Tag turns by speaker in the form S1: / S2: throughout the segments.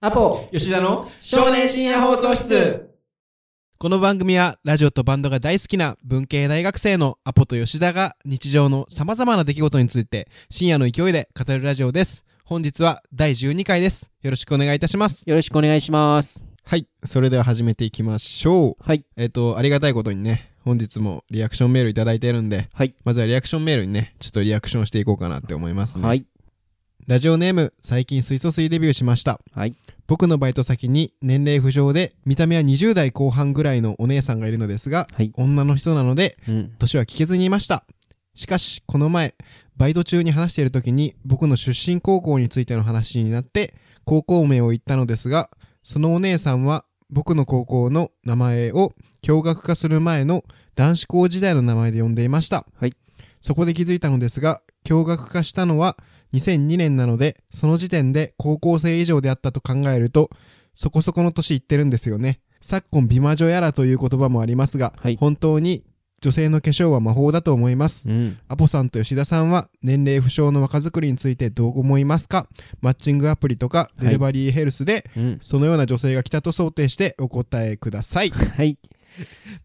S1: アポ
S2: 吉田の
S1: 少年深夜放送室
S2: この番組はラジオとバンドが大好きな文系大学生のアポと吉田が日常のさまざまな出来事について深夜の勢いで語るラジオです本日は第12回ですよろしくお願いいたします
S1: よろしくお願いします。
S2: はいそれでは始めていきましょう
S1: はい。
S2: えっ、とありがたいことにね本日もリアクションメールいただいてるんで、
S1: はい
S2: まずはリアクションメールにねちょっとリアクションしていこうかなって思いますね、
S1: はい。
S2: ラジオネーム最近水素水デビューしました
S1: はい。
S2: 僕のバイト先に年齢不詳で見た目は20代後半ぐらいのお姉さんがいるのですが、
S1: はい
S2: 女の人なので
S1: うん。
S2: 年は聞けずにいましたしかしこの前バイト中に話している時に僕の出身高校についての話になって高校名を言ったのですがそのお姉さんは僕の高校の名前を共学化する前の男子校時代の名前で呼んでいました、
S1: はい
S2: そこで気づいたのですが共学化したのは2002年なのでその時点で高校生以上であったと考えるとそこそこの年いってるんですよね昨今美魔女やらという言葉もありますが、
S1: はい
S2: 本当に女性の化粧は魔法だと思います
S1: うん。
S2: アポさんと吉田さんは年齢不詳の若作りについてどう思いますかマッチングアプリとか
S1: い
S2: デリバリーヘルスで
S1: うん。
S2: そのような女性が来たと想定してお答えください
S1: はい。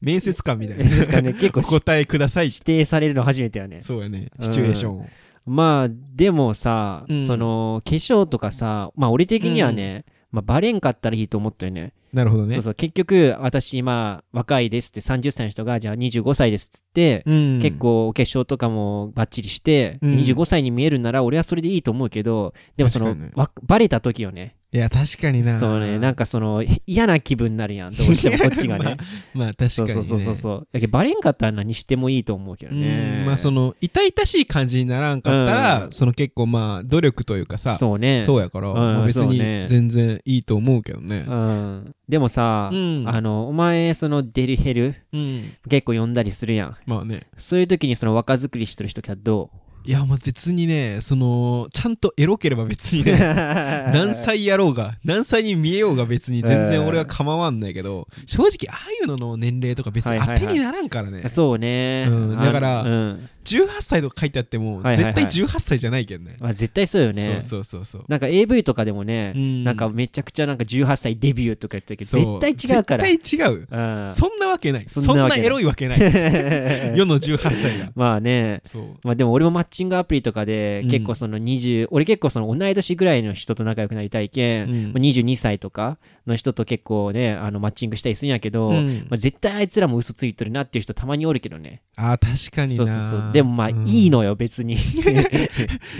S2: 面接官みたいな
S1: ですかね。結構
S2: お
S1: し
S2: 答えください
S1: 指定されるの初めてよね。
S2: そうやね
S1: うん
S2: シチュエーションを
S1: まあ、でもさ、
S2: うん
S1: その、化粧とかさ、まあ、俺的にはね、まあ、バレんかったらいいと思ったよね。
S2: なるほどね
S1: そうそう。結局、私、今、若いですって、30歳の人が、じゃあ25歳ですっつって、
S2: うん
S1: 結構お化粧とかもバッチリして、
S2: うん
S1: 25歳に見えるなら俺はそれでいいと思うけどでもその、
S2: 確かにね
S1: わバレた時よね
S2: いや確かにな
S1: そうねなんかそのへ嫌な気分になるやんどうしても こっちが
S2: ま
S1: ね
S2: あまあ確か
S1: そう
S2: に
S1: そ
S2: ね
S1: うそうそうそうだけどバレんかったら何してもいいと思うけど
S2: う
S1: ね
S2: んまあその痛々しい感じにならんかったら、
S1: うん
S2: その結構まあ努力というかさ
S1: そうね
S2: そうやから、
S1: うん
S2: まあ別に
S1: そうね
S2: 全然いいと思うけどね
S1: う、ん、でもさ、
S2: うん
S1: あのお前そのデリヘル
S2: うん
S1: 結構呼んだりするやん
S2: まあね
S1: そういう時にその若作りしてる人はど
S2: いやまあ別にねそのちゃんとエロければ別に
S1: う
S2: ね
S1: 何
S2: 何歳やろうが何歳に見えようが別に全
S1: う
S2: 然
S1: ん
S2: 俺は構わんないけど正直ああいうのの年齢とか別
S1: は
S2: に
S1: いは
S2: 当
S1: いはい
S2: てにならんからね、
S1: そうね、
S2: うんだから
S1: あうん
S2: 18歳とか書いてあっても
S1: いはいはい
S2: 絶対18歳じゃないけどね、
S1: まあ、絶対そうよね
S2: そうそうそうそう
S1: なんか AV とかでもね、
S2: うん
S1: なんかめちゃくちゃなんか18歳デビューとか言ってるけ
S2: そう
S1: ど絶対違うから
S2: 絶対違う
S1: うん
S2: そんなわけないそ
S1: そ
S2: ん
S1: んな
S2: な
S1: わけない
S2: エロいわけない 世の18歳が
S1: まあね
S2: そう
S1: まあでも俺もマッチングアプリとかで
S2: うん
S1: 結構その20、俺結構その同い年ぐらいの人と仲良くなりたいけん、
S2: うん
S1: 22歳とかの人と結構ねあのマッチングしたりするんやけど、
S2: うん
S1: まあ、絶対あいつらも嘘ついてるなっていう人たまにおるけどね
S2: あー確かに
S1: そ
S2: な
S1: うそうそうでもまあ
S2: うん
S1: いいのよ別 に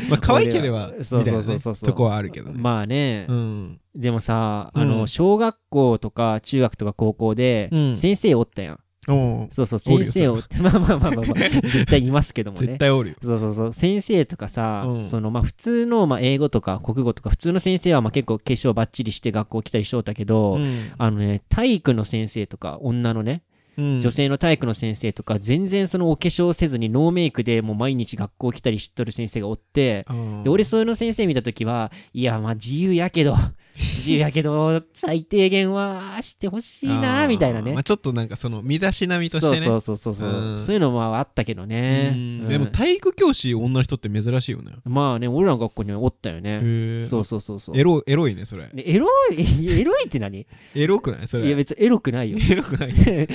S2: まあ可愛ければ
S1: 俺は
S2: みた
S1: そう
S2: い
S1: そう
S2: な
S1: そ
S2: ね
S1: うそうそう
S2: とこはあるけどね
S1: まあね、
S2: うん
S1: でもさ
S2: うん
S1: あの小学校とか中学とか高校で
S2: うん
S1: 先生おったやん、
S2: おう
S1: そうそう
S2: おる
S1: 先
S2: よ
S1: 生を まあまあまあまあ、まあ、絶対いますけどもね
S2: 絶対おるよ
S1: そうそうそう先生とかさ、
S2: うん
S1: そのまあ普通のまあ英語とか国語とか普通の先生はまあ結構化粧バッチリして学校来たりしようだけど、あのね体育の先生とか女のね、
S2: うん
S1: 女性の体育の先生とか全然そのお化粧せずにノーメイクでもう毎日学校来たりしとる先生がおって、
S2: うん
S1: で俺そういうの先生見た時はいやまあ自由やけ ど自由やけど最低限はしてほしい
S2: あ
S1: な
S2: ー
S1: みたいなね
S2: まあ、ちょっとなんかその身だしなみ
S1: そ
S2: と
S1: う
S2: してね
S1: そうそうそうそう、
S2: うん
S1: そういうのもあったけどね、
S2: うん
S1: うん
S2: でも体育教師女の人って珍しいよね
S1: まあね俺らの学校にはおったよね、
S2: へえ
S1: そうそうそうそう
S2: エロエロいねそれ
S1: でエロい エロいって何い
S2: エロくないそれ
S1: や別にエロくないよ
S2: エロくない
S1: で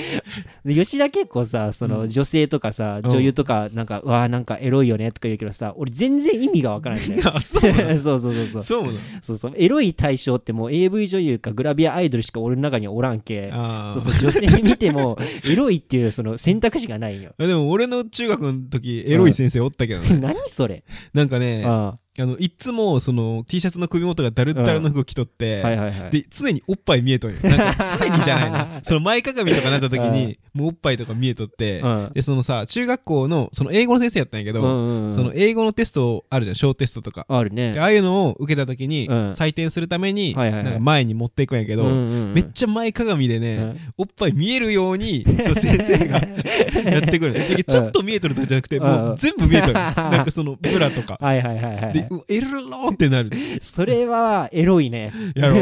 S1: 吉田結構さその女性とかさ、
S2: うん
S1: 女優とかなんか、うわーなんかエロいよねとか言うけどさ俺全然意味がわからないんだよ
S2: あそうな
S1: そうそう そうそう
S2: のそうなの
S1: そうそうエロい対象ってもう AV 女優かグラビアアイドルしか俺の中にはおらんけ
S2: あー
S1: そうそう女性見てもエロいっていうその選択肢がないよ
S2: でも俺の中学の時エロい先生おったけどね、
S1: 何それ、
S2: なんかねあ
S1: あ
S2: のいっつもその T シャツの首元がだるったるの服着とって、
S1: あはいはいはい
S2: で常におっぱい見えとんよなんか常にじゃない なその前かがみとかなった時にもうおっぱいとか見えとって、
S1: うん
S2: でそのさ中学校のその英語の先生やったんやけど、
S1: うんうんうん
S2: その英語のテストあるじゃん小テストとか、
S1: ある
S2: で
S1: ね
S2: ああいうのを受けた時に、
S1: うん
S2: 採点するために、
S1: はいはいはい
S2: なんか前に持っていくんやけど、
S1: うんうんうん
S2: めっちゃ前かがみでね、
S1: うん
S2: おっぱい見えるようにそう先生 がやってくるだけどちょっと見えとるとかじゃなくて、
S1: うん
S2: もう全部見え とるなんかそのブラとか
S1: はいはいはいは
S2: で
S1: いう
S2: わエローってなる
S1: それはエロいね
S2: やろ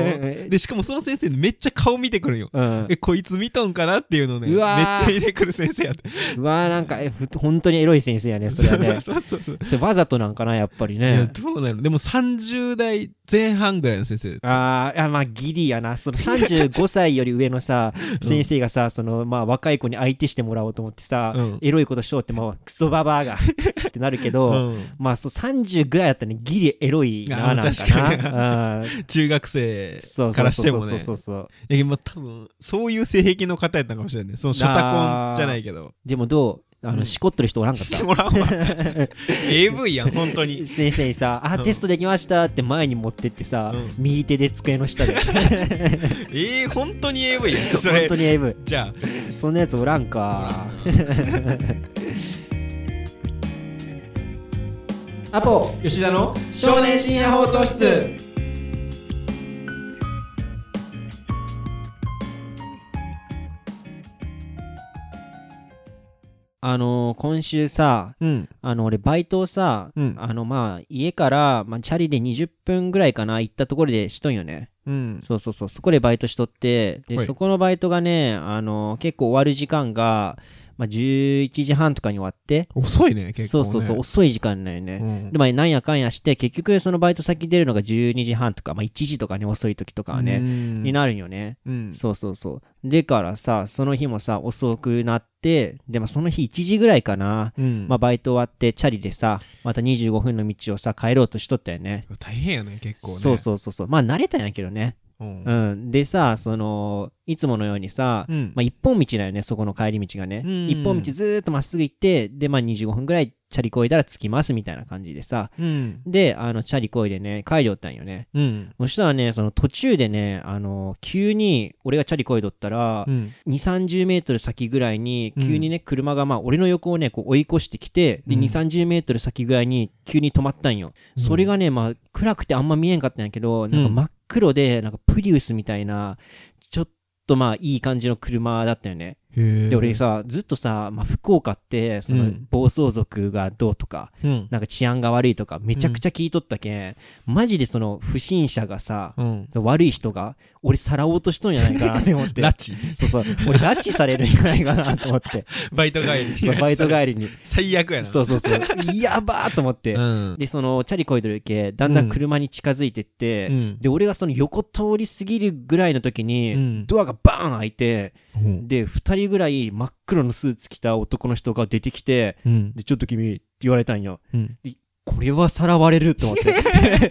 S2: でしかもその先生めっちゃ顔見てくるんよ
S1: うん
S2: えこいつ見とんかなっていうのねめっ
S1: う
S2: ち
S1: わー
S2: ゃ入れくる先生やって
S1: うわーなんかえふ本当にエロい 先生やねそれはね
S2: そうそうそうそう
S1: それわざとなんかなやっぱり
S2: いや
S1: ね
S2: どうなるでも30代前半ぐらいの先生
S1: あーあまあギリやなその35歳より上のさ
S2: うん
S1: 先生がさ、そのまあ若い子に相手してもらおうと思ってさ、
S2: うん
S1: エロいことしようってまあクソババ アがってなるけど、
S2: うん
S1: まあそう30ぐらいだったらねギリエロい
S2: あ
S1: ななんか
S2: 確かに
S1: なうん
S2: 中学生
S1: そう
S2: か
S1: そう
S2: らして
S1: そ
S2: も
S1: うそ
S2: ね
S1: うそうそう
S2: いやまあ多分そういう性癖の方やったのかもしれないそのショタコンじゃないけど
S1: でもどうあの、
S2: うん
S1: しこっとる人おらんかった
S2: おら んわ AV やん本当に
S1: 先生にさ「あ
S2: うん
S1: テストできました」って前に持ってってさ、
S2: うん
S1: 右手で机の下で
S2: えー、本当に AV やん そ
S1: 本
S2: れ
S1: 当に AV
S2: じゃ
S1: そんなやつおらんか
S2: あ
S1: アポ
S2: 吉田の
S1: 少年深夜放送室あのー今週さ
S2: うん
S1: あの俺バイトをさ、
S2: うん
S1: あのまあ家から、まあ、チャリで20分ぐらいかな行ったところでしとんよね
S2: うん
S1: そうそうそうそこでバイトしとってで、
S2: はい
S1: そこのバイトがねあの結構終わる時間が、まあ、11時半とかに終わって、
S2: 遅いね結構ね
S1: そうそうそう遅い時間なんよね、
S2: うん
S1: でまあなんやかんやして結局そのバイト先出るのが12時半とか、まあ、1時とかね遅い時とかはね、
S2: うん
S1: になるんよね、
S2: うん
S1: そうそうそうでからさその日もさ遅くなってでもその日1時ぐらいかな、
S2: うん
S1: まあ、バイト終わってチャリでさまた25分の道をさ帰ろうとしとったよね
S2: 大変やね結構ね
S1: そうそうそうそうまあ慣れたんやけどね
S2: うん
S1: うん、でさそのいつものようにさ、
S2: うん
S1: まあ、一本道だよねそこの帰り道がね、
S2: うん
S1: 一本道ずーっとまっすぐ行ってで、まあ、25分ぐらいチャリこいだら着きますみたいな感じでさ
S2: うん
S1: であのチャリこいでね帰りおったんよね
S2: うん
S1: そしたらねその途中でねあの急に俺がチャリこいどったら、
S2: うん
S1: 2 3 0メートル先ぐらいに
S2: うん
S1: 急にね、車がまあ俺の横をねこう追い越してきてで
S2: うん
S1: 2 3 0メートル先ぐらいに急に止まったんよ、
S2: うん
S1: それがねまあ暗くてあんま見えんかったんやけどなんか真っ黒でなんかプリウスみたいなちょっとまあいい感じの車だったよね
S2: へえ
S1: で俺さずっとさ、まあ、福岡ってそうの
S2: ん
S1: 暴走族がどうとか、
S2: うん
S1: なんか治安が悪いとかめちゃくちゃ聞いとったけん、マジでその不審者がさ、
S2: うん
S1: 悪い人が俺さらおうとしとんじゃないかなって思って
S2: 拉致
S1: そうそう俺拉致されるんじゃないかなと思って
S2: バイト帰り
S1: そうバイト帰りに
S2: 最悪やな
S1: そうそうそうやばーと思って、
S2: うん
S1: でそのチャリこいでるけだんだん車に近づいてって、
S2: うん
S1: で俺がその横通り過ぎるぐらいの時に、
S2: うん
S1: ドアがバーン開いて
S2: うん
S1: で2人ぐらい真っ黒のスーツ着た男の人が出てきて
S2: うん
S1: でちょっと君って言われたんよ
S2: うん
S1: これはさらわれると思って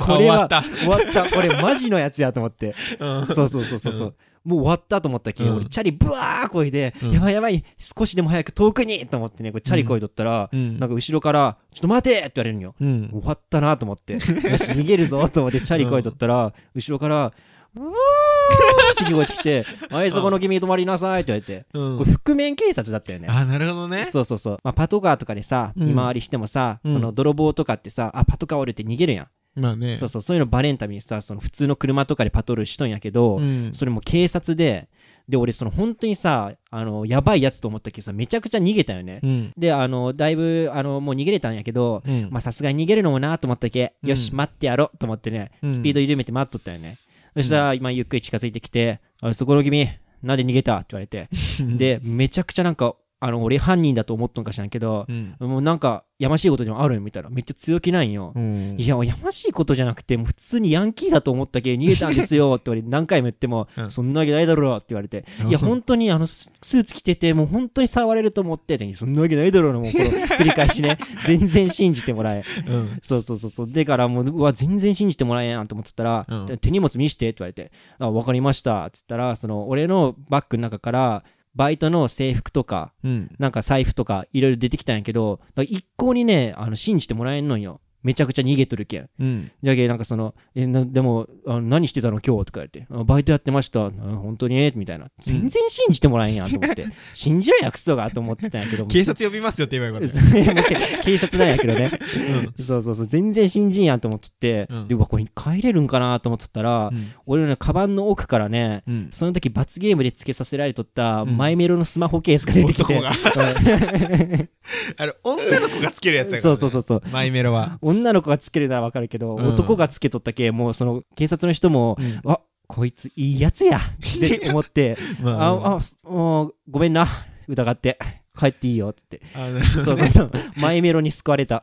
S1: これは
S2: あ終わった
S1: 終わったこれマジのやつやと思 って
S2: うん
S1: そうそうそうそうそう。もう終わったと思ったけ、
S2: うん
S1: 俺チャリブワーこいで、
S2: うん
S1: やばいやばい少しでも早く遠くにと思ってねこうチャリこいとったら、
S2: うん
S1: なんか後ろから「ちょっと待て!」って言われるんよ、
S2: うん
S1: 終わったなと思ってよし逃げるぞと思ってチャリこいとったら、後ろから「うわー!」って聞こえてき て「あいそこの君止まりなさい」って言われて、
S2: うん
S1: これ覆面警察だったよね
S2: あなるほどね
S1: そうそうそう、まあ、パトカーとかでさ
S2: うん
S1: 見回りしてもさ、
S2: うん
S1: その泥棒とかってさあパトカー降りて逃げるやん、
S2: まあね
S1: そうそうそういうのバレんためにさその普通の車とかでパトロールしとんやけど、
S2: うん
S1: それも警察で、で、俺、その本当にさ、あの、やばいやつと思ったけどさ、めちゃくちゃ逃げたよね。
S2: うん
S1: で、あの、だいぶ、あの、もう逃げれたんやけど、
S2: うん
S1: まあ、さすがに逃げるのもなと思ったけ、
S2: うん
S1: よし、待ってやろうと思ってね、
S2: うん
S1: スピード緩めて待っとったよね。そしたら、今、ゆっくり近づいてきて、あそこの君、なんで逃げたって言われて、で、めちゃくちゃなんか、あの、俺犯人だと思っとんかしらんけど
S2: う、ん
S1: もうなんか、やましいことでもあるみたいな、めっちゃ強気なんよ。
S2: うん
S1: いや、やましいことじゃなくて、もう普通にヤンキーだと思ったけど、逃げたんです よって言われて、何回も言っても、
S2: うん
S1: そんなわけないだろうって言われて、いや、本当にあのススーツ着てて、もう本当に触れると思って、でそんなわけないだろうの、 もうこの繰り返しね、全然信じてもらえ。
S2: うん
S1: そうそうそうそう、でからもう、うわ、全然信じてもらえんやんと思ってたら、
S2: うん
S1: 手荷物見してって言われて、あ、わかりましたっつったら、その俺のバッグの中から、バイトの制服とか、
S2: うん
S1: なんか財布とかいろいろ出てきたんやけど、だから一向にね、あの信じてもらえんのんよ。めちゃくちゃ逃げとるけん。
S2: うん
S1: じゃけなんかその「えなでもあの何してたの今日」とか言ってあ「バイトやってました」うん「本当に?」みたいな全然信じてもらえんやんと思 って「信じろやクソが」と思ってたんやけども
S2: 警察呼びますよって 言えばよかっ
S1: 警察なんやけどね
S2: たうん
S1: そうそうそう全然信じんやんと思ってて、
S2: うん
S1: でうわこれ帰れるんかなと思ってたら、
S2: うん
S1: 俺のねカバンの奥からね
S2: うん
S1: その時罰ゲームでつけさせられとった
S2: うん
S1: マイメロのスマホケースが出てきて、
S2: 男が あれ女の子がつけるやつやか
S1: そ
S2: ら
S1: う
S2: ね
S1: そうそうそう
S2: マイメロは
S1: 女の子がつけるならわかるけど、
S2: うん
S1: 男がつけとったけもうその警察の人も、あこいついいやつやって思 って
S2: ま
S1: ああもうごめんな疑って 帰っていいよって
S2: あなるほ
S1: そ
S2: ど
S1: うそう
S2: ね
S1: そうマイメロに救われた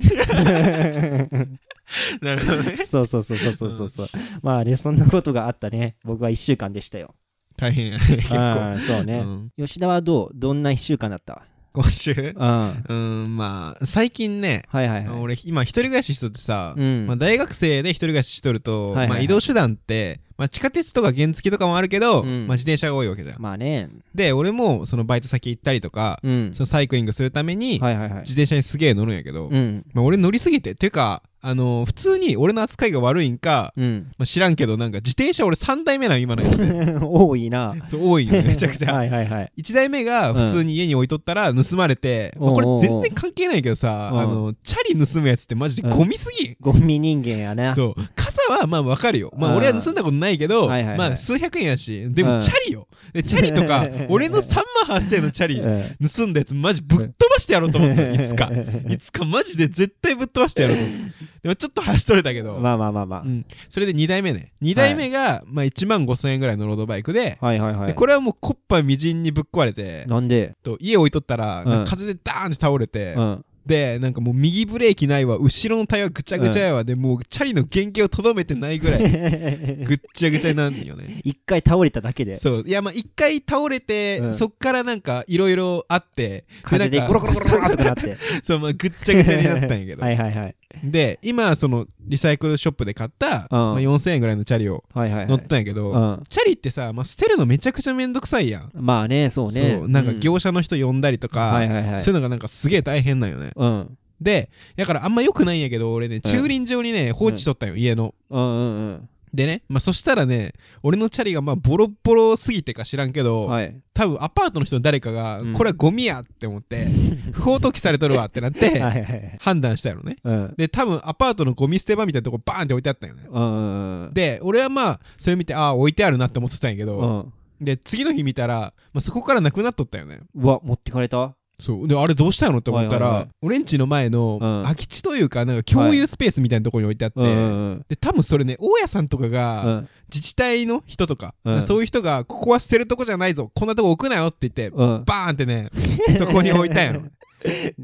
S2: なるほどね。
S1: そうそうそうそうそうそう。うまあね、そんなことがあったね。僕は1週間でしたよ。
S2: 大 変やね、結構。
S1: あーそう
S2: う
S1: ね、
S2: ん
S1: 吉田はどうどんな1週間だった
S2: 今週
S1: うん。は
S2: うん、まあ、最近ね、
S1: いはいはい。
S2: 俺、今、一人暮らししとってさ、
S1: うん
S2: まあ、大学生で一人暮らししとる
S1: い
S2: と、
S1: はいはい
S2: まあ、移動手段って、まあ、地下鉄とか原付とかもあるけど、
S1: うん
S2: まあ、自転車が多いわけじゃん。
S1: まあね。
S2: で、俺も、そのバイト先行ったりとか、
S1: うん
S2: そ。のサイクリングするために、
S1: はいはいはい
S2: 自。転車にすげえ乗るんやけど、
S1: うん。
S2: まあ、俺乗りすぎて、っていうか、あのー普通に俺の扱いが悪いんか、
S1: うん。
S2: まあ、知らんけど、なんか自転車俺3台目なん今のやつ。
S1: 多いな。
S2: そう多いよね、めちゃくちゃ。
S1: はいはいはい。
S2: 1台目が普通に家に置いとったら盗まれて、
S1: うん
S2: まあ、
S1: お
S2: こ
S1: うおうおう
S2: れ全然関係ないけどさ、
S1: うん
S2: あのチャリ盗むやつってマジでゴミすぎん、
S1: ゴミ人間やな。
S2: そう傘はまあわかるよま
S1: う
S2: あ
S1: ん
S2: 俺は盗んだことないけど、
S1: はいはいはい
S2: まあ数百円やしで
S1: う
S2: も
S1: ん
S2: チャリよ、でチャリ とか俺の3万8000円のチャリ
S1: うん
S2: 盗んだやつマジぶっ飛ばしてやろうと思ったいつかいつかマジで絶対ぶっ飛ばしてやろうと思ったでもちょっと話取れたけど、
S1: まあまあまあま
S2: うん、それで2台目ね2台目が、まあ、1万5000円ぐらいのロードバイクで,、
S1: あ。はいはいは
S2: で
S1: い。
S2: これはもうコッパみじんにぶっ壊れて
S1: なんで
S2: と家置いとったら、
S1: うん
S2: なんか風でダーンって倒れて、
S1: うん。
S2: でなんかもう右ブレーキないわ後ろのタイヤぐちゃぐちゃやわ、でもうチャリの原型をとどめてないぐらい ぐっちゃぐちゃになんよね
S1: 一回倒れただけで。
S2: そういやまあ一回倒れて、
S1: うん
S2: そっからなんかいろいろあって
S1: 風で
S2: なん
S1: ゴ
S2: か
S1: ロゴロゴロゴロとかなって。
S2: そう、まあ、ぐっちゃぐちゃになったんやけ ど、
S1: はいはいはい。
S2: で今そのリサイクルショップで買った、まあ、4000円ぐらいのチャリを
S1: はいはいはい。
S2: 乗ったんやけど、
S1: うん。
S2: チャリってさ、まあ、捨てるのめちゃくちゃめんどくさいやん
S1: まあね、そうね。
S2: なんか
S1: う
S2: 業者の人呼んだりとか、
S1: はいはいはい
S2: そういうのがなんかすげえ大変なんよね
S1: うん。
S2: でだからあんま良くないんやけど俺ね
S1: うん
S2: 駐輪場にね放置しとったんよ、家の
S1: うんうん
S2: でね、まあ、そしたらね俺のチャリがまあボロボロすぎてか知らんけ
S1: う
S2: ど、
S1: ん。はい。
S2: 多分アパートの人の誰かが、
S1: うん
S2: これはゴミやって思って 不法投棄されとるわってなっ
S1: はい
S2: て
S1: はいはい。
S2: 判断したよね
S1: うん。
S2: で多分アパートのゴミ捨て場みたいなとこバーンって置いてあったんよね
S1: うんうんうん。
S2: で俺はまあそれ見てああ置いてあるなって思ってたんやけど、
S1: うん。
S2: で次の日見たら、まあ、そこからなくなっとったよね
S1: うわ、持ってかれた
S2: そうであれどうしたのって思ったら、
S1: はいはいはい
S2: 俺んちの前の
S1: うん
S2: 空き地というかなんか共有スペースみたいなところに置いてあって、
S1: うんうん
S2: で多分それね大家さんとか
S1: う
S2: が
S1: ん。
S2: 自治体の人とか,、
S1: うん
S2: そういう人がここは捨てるとこじゃないぞこんなとこ置くなよって言って、
S1: うん。
S2: バーンってね そこに置いたん やろ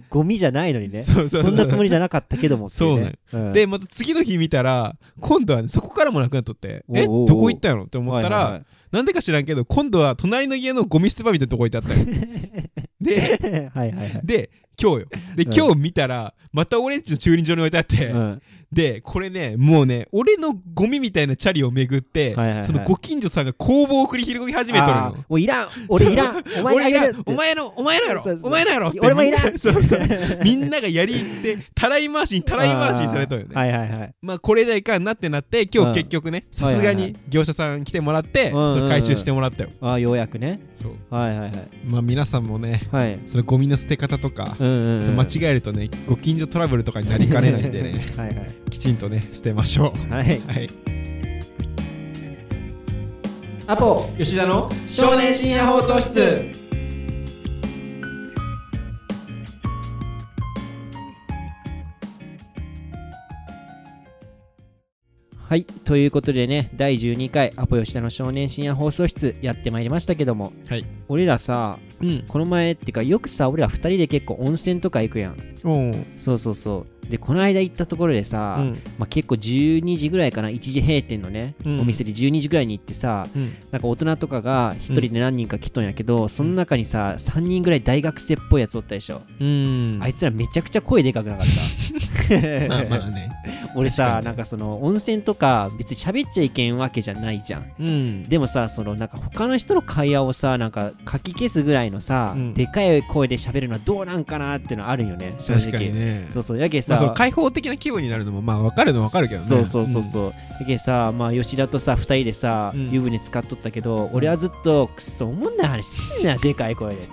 S1: ゴミじゃないのにね。
S2: そうそう
S1: そんなつもりじゃなかったけどもっていね。うん
S2: でまた次の日見たら今度は、ね、そこからもなくなっとって
S1: おうおうおう
S2: えどこ行ったんやろって思ったら、
S1: はいはいはい
S2: なんでか知らんけど今度は隣の家のゴミ捨て場みたいなとこ置いてあっ たんよで
S1: はいはいはい。
S2: で今日よで
S1: うん
S2: 今日見たらまた俺んちの駐輪場に置いてあって、
S1: うん
S2: でこれねもうね俺のゴミみたいなチャリを巡って、
S1: はいはいはい
S2: そのご近所さんが攻防を繰り広げ始めとる
S1: あ
S2: の
S1: ーもういらん俺いらんお前
S2: 俺
S1: にあげる
S2: がお前のお前のやろ
S1: そうそう
S2: お前のやろって
S1: 俺もいらん
S2: みな そう そうみんながやりってたらい回しにたらい回しにされたよね
S1: あーはいはいはい。
S2: まあこれじゃいかんなってなって
S1: う
S2: 今日
S1: ん
S2: 結局ねさ
S1: はい
S2: す
S1: はいは
S2: が
S1: い
S2: に業者さん来てもらって、
S1: うんうんうん
S2: その回収してもらったよ、
S1: ああ、ようやくね。
S2: そう
S1: はいはい
S2: まあ皆さんもね
S1: はい。はい。
S2: そのゴミの捨て方とか、
S1: うんうん、うん。
S2: その間違えるとねご近所トラブルとかになりかねないんで ね
S1: はい
S2: きちんとね捨てましょ
S1: はい。はい。
S2: うはい
S1: アポ
S2: 吉田の少年深夜放送室
S1: はい。ということでね、第12回アポ吉田の少年深夜放送室やってまいりましたけども、
S2: はい
S1: 俺らさ、
S2: うん
S1: この前ってか、よくさ、俺ら2人で結構温泉とか行くやん。
S2: おう
S1: そうそうそう。で、この間行ったところでさ、
S2: うん
S1: まあ、結構12時ぐらいかな、1時閉店のね、
S2: うん
S1: お店で12時ぐらいに行ってさ、
S2: うん
S1: なんか大人とかが1人で何人か来とんやけど、その中にさ、3人ぐらい大学生っぽいやつおったでしょ。
S2: うん
S1: あいつらめちゃくちゃ声でかくなかった。
S2: まあま あね
S1: 俺
S2: 確か
S1: さ、
S2: に
S1: なんかその温泉とか別に喋っちゃいけんわけじゃないじゃん。
S2: うん
S1: でもさ、そのなんか他の人の会話をさ、なんかかき消すぐらいのさ、
S2: うん
S1: でかい声で喋るのはどうなんかなってのあるよね、正直。
S2: 確かにね
S1: そうそう、やけ
S2: ま
S1: さ、
S2: あその開放的な気分になるのもまあわかるのはわかるけどね
S1: そうそうそうそう、やけさまあ吉田とさ2人でさ、
S2: うん
S1: 湯船使っとったけど、俺はずっとくっそおもんない話すん なでかい声でって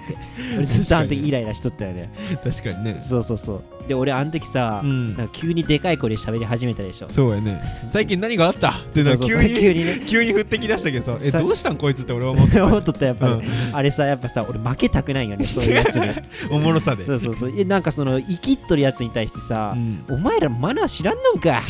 S1: 俺ずっとあの
S2: 確か
S1: 時
S2: に
S1: イライラしとったよね
S2: うん確かにね
S1: そうそうそうで俺あの時さ、
S2: うん
S1: なんか急にでかい声で喋り始めたでしょ
S2: そうやね最近何があったってなんか
S1: そうそう
S2: 急
S1: そう急
S2: に
S1: にね
S2: 急に降ってきだしたけどさえ
S1: さ
S2: どうしたんこいつって俺は思って
S1: 思っとったやっぱり、
S2: うん
S1: あれさやっぱさ俺負けたくないよねそういうやつ に
S2: おもろさで
S1: そうそうそういやなんかその生きっとるやつに対してさ、
S2: うん
S1: お前らマナー知らんのんか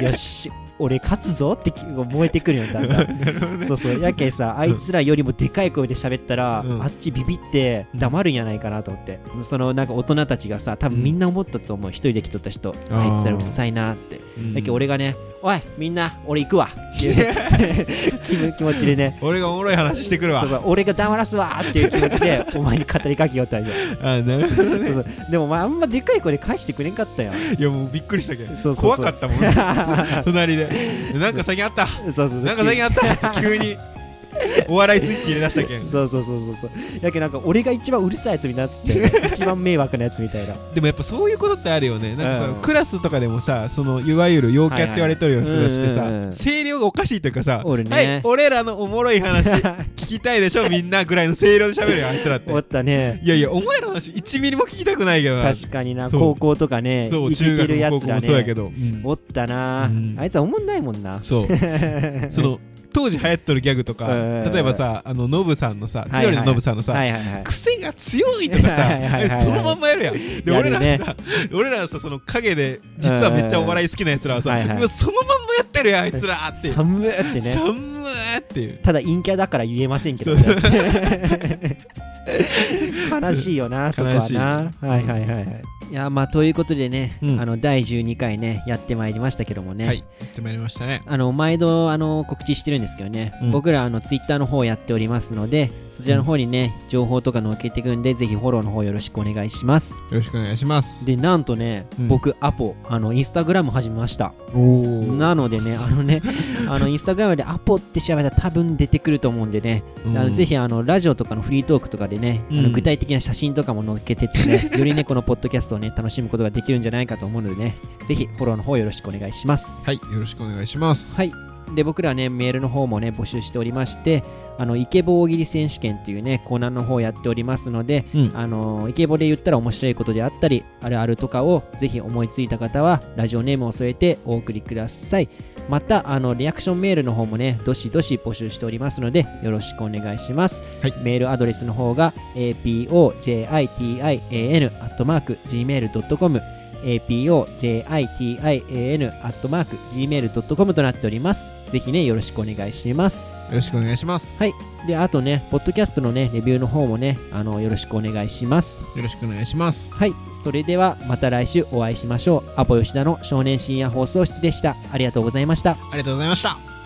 S1: よし俺勝つぞってき燃えてくるよだんだん そうそうやけんさあいつらよりもでかい声で喋ったら、
S2: うん
S1: あっちビビって黙るんやないかなと思ってそのなんか大人たちがさ多分みんな思ったと思う一人で来とった人あいつらうるさいなってやけん俺がねおいみんな俺行くわっていうね 気分気持ちでね
S2: 俺がおもろい話してくるわ
S1: そうそう俺が黙らすわーっていう気持ち でお前に語りかけよったんよ
S2: あなるほど
S1: そうそうでもお前あんまでかい声で返してくれんかったよ
S2: いやもうびっくりしたけど
S1: そうそうそう
S2: 怖かったもん 隣でなんか最近あった
S1: そうそうそう
S2: なんか最近あった急にお笑いスイッチ入れ出したけん
S1: そうそうそうそうそうやけどなんか俺が一番うるさいやつになってて一番迷惑なやつみたいな
S2: でもやっぱそういうことってあるよねなんかさ、
S1: うん
S2: クラスとかでもさそのいわゆる陽キャって言われとる ような人たちってさ、
S1: はいはいうんうんうん
S2: 声量がおかしいというかさ、
S1: おるね
S2: はい俺らのおもろい話聞きたいでしょみんなぐらいの声量で喋るよあいつらって
S1: おったね
S2: いやいやお前らの話1ミリも聞きたくないけどな
S1: 確かにな
S2: そう
S1: 高校とかね
S2: そう
S1: 生き
S2: 中
S1: て
S2: 学
S1: るや
S2: も高
S1: つ
S2: 校
S1: が
S2: もそうやけ
S1: ね
S2: ど、うん
S1: おったな
S2: うん
S1: あいつはおもんないもんな
S2: そうその当時流行っとるギャグとか
S1: うんうんうん
S2: 例えばさあのノブさんのさ
S1: いはい
S2: 千鳥のノブさんのさ、
S1: はいはいはい
S2: 癖が強いとか さ
S1: はいはいはいはい
S2: そのまんまやるやんで
S1: や
S2: 俺
S1: る
S2: ら
S1: ね
S2: さ俺らさその影で実はめっちゃお笑い好きなやつらはさ、
S1: うんうんうん
S2: うわそのまんまやってるやんあいつらっていう
S1: 寒ーってね
S2: 寒ーっていう
S1: ただ陰キャだから言えませんけどね 悲しいよなそこは
S2: 悲しい
S1: なはいはいはいはいいやまあということでね、
S2: うん
S1: あの第12回ねやってまいりましたけどもね、
S2: はいやってまいりましたね
S1: あの毎度あの告知してるんですけどね、
S2: うん
S1: 僕らあのツイッターの方やっておりますのでそちらの方にね、情報とか載っけていくんでぜひフォローの方よろしくお願いします
S2: よろしくお願いします
S1: でなんとね、
S2: うん
S1: 僕アポあのインスタグラム始めました
S2: おお
S1: なのでねあのねあのインスタグラムでアポって調べたら多分出てくると思うんでね、あのぜひあのラジオとかのフリートークとかでね、あ
S2: う
S1: の
S2: ん
S1: 具体的な写真とかも載っけてってねよりねこのポッドキャストをね楽しむことができるんじゃないかと思うのでねぜひフォローの方よろしくお願いします
S2: はいよろしくお願いします
S1: はい。で、僕らね、メールの方もね、募集しておりまして、あの、イケボ大喜利選手権っていうね、コーナーの方やっておりますので、
S2: うん
S1: あの、イケボで言ったら面白いことであったり、あるあるとかを、ぜひ思いついた方は、ラジオネームを添えてお送りください。また、あの、リアクションメールの方もね、どしどし募集しておりますので、よろしくお願いします。
S2: はい
S1: メールアドレスの方が、apojitian.gmail.com apojitian.gmail.com となっております。ぜひね、よろしくお願いします
S2: よ。ろしくお願いします
S1: はい。で、あとね、ポッドキャストのね、レビューの方もね、あの、よろしくお願いします。
S2: よろしくお願いします
S1: はい。それでは、また来週お会いしましょう。アポ吉田の少年深夜放送室でした。ありがとうございました。
S2: ありがとうございました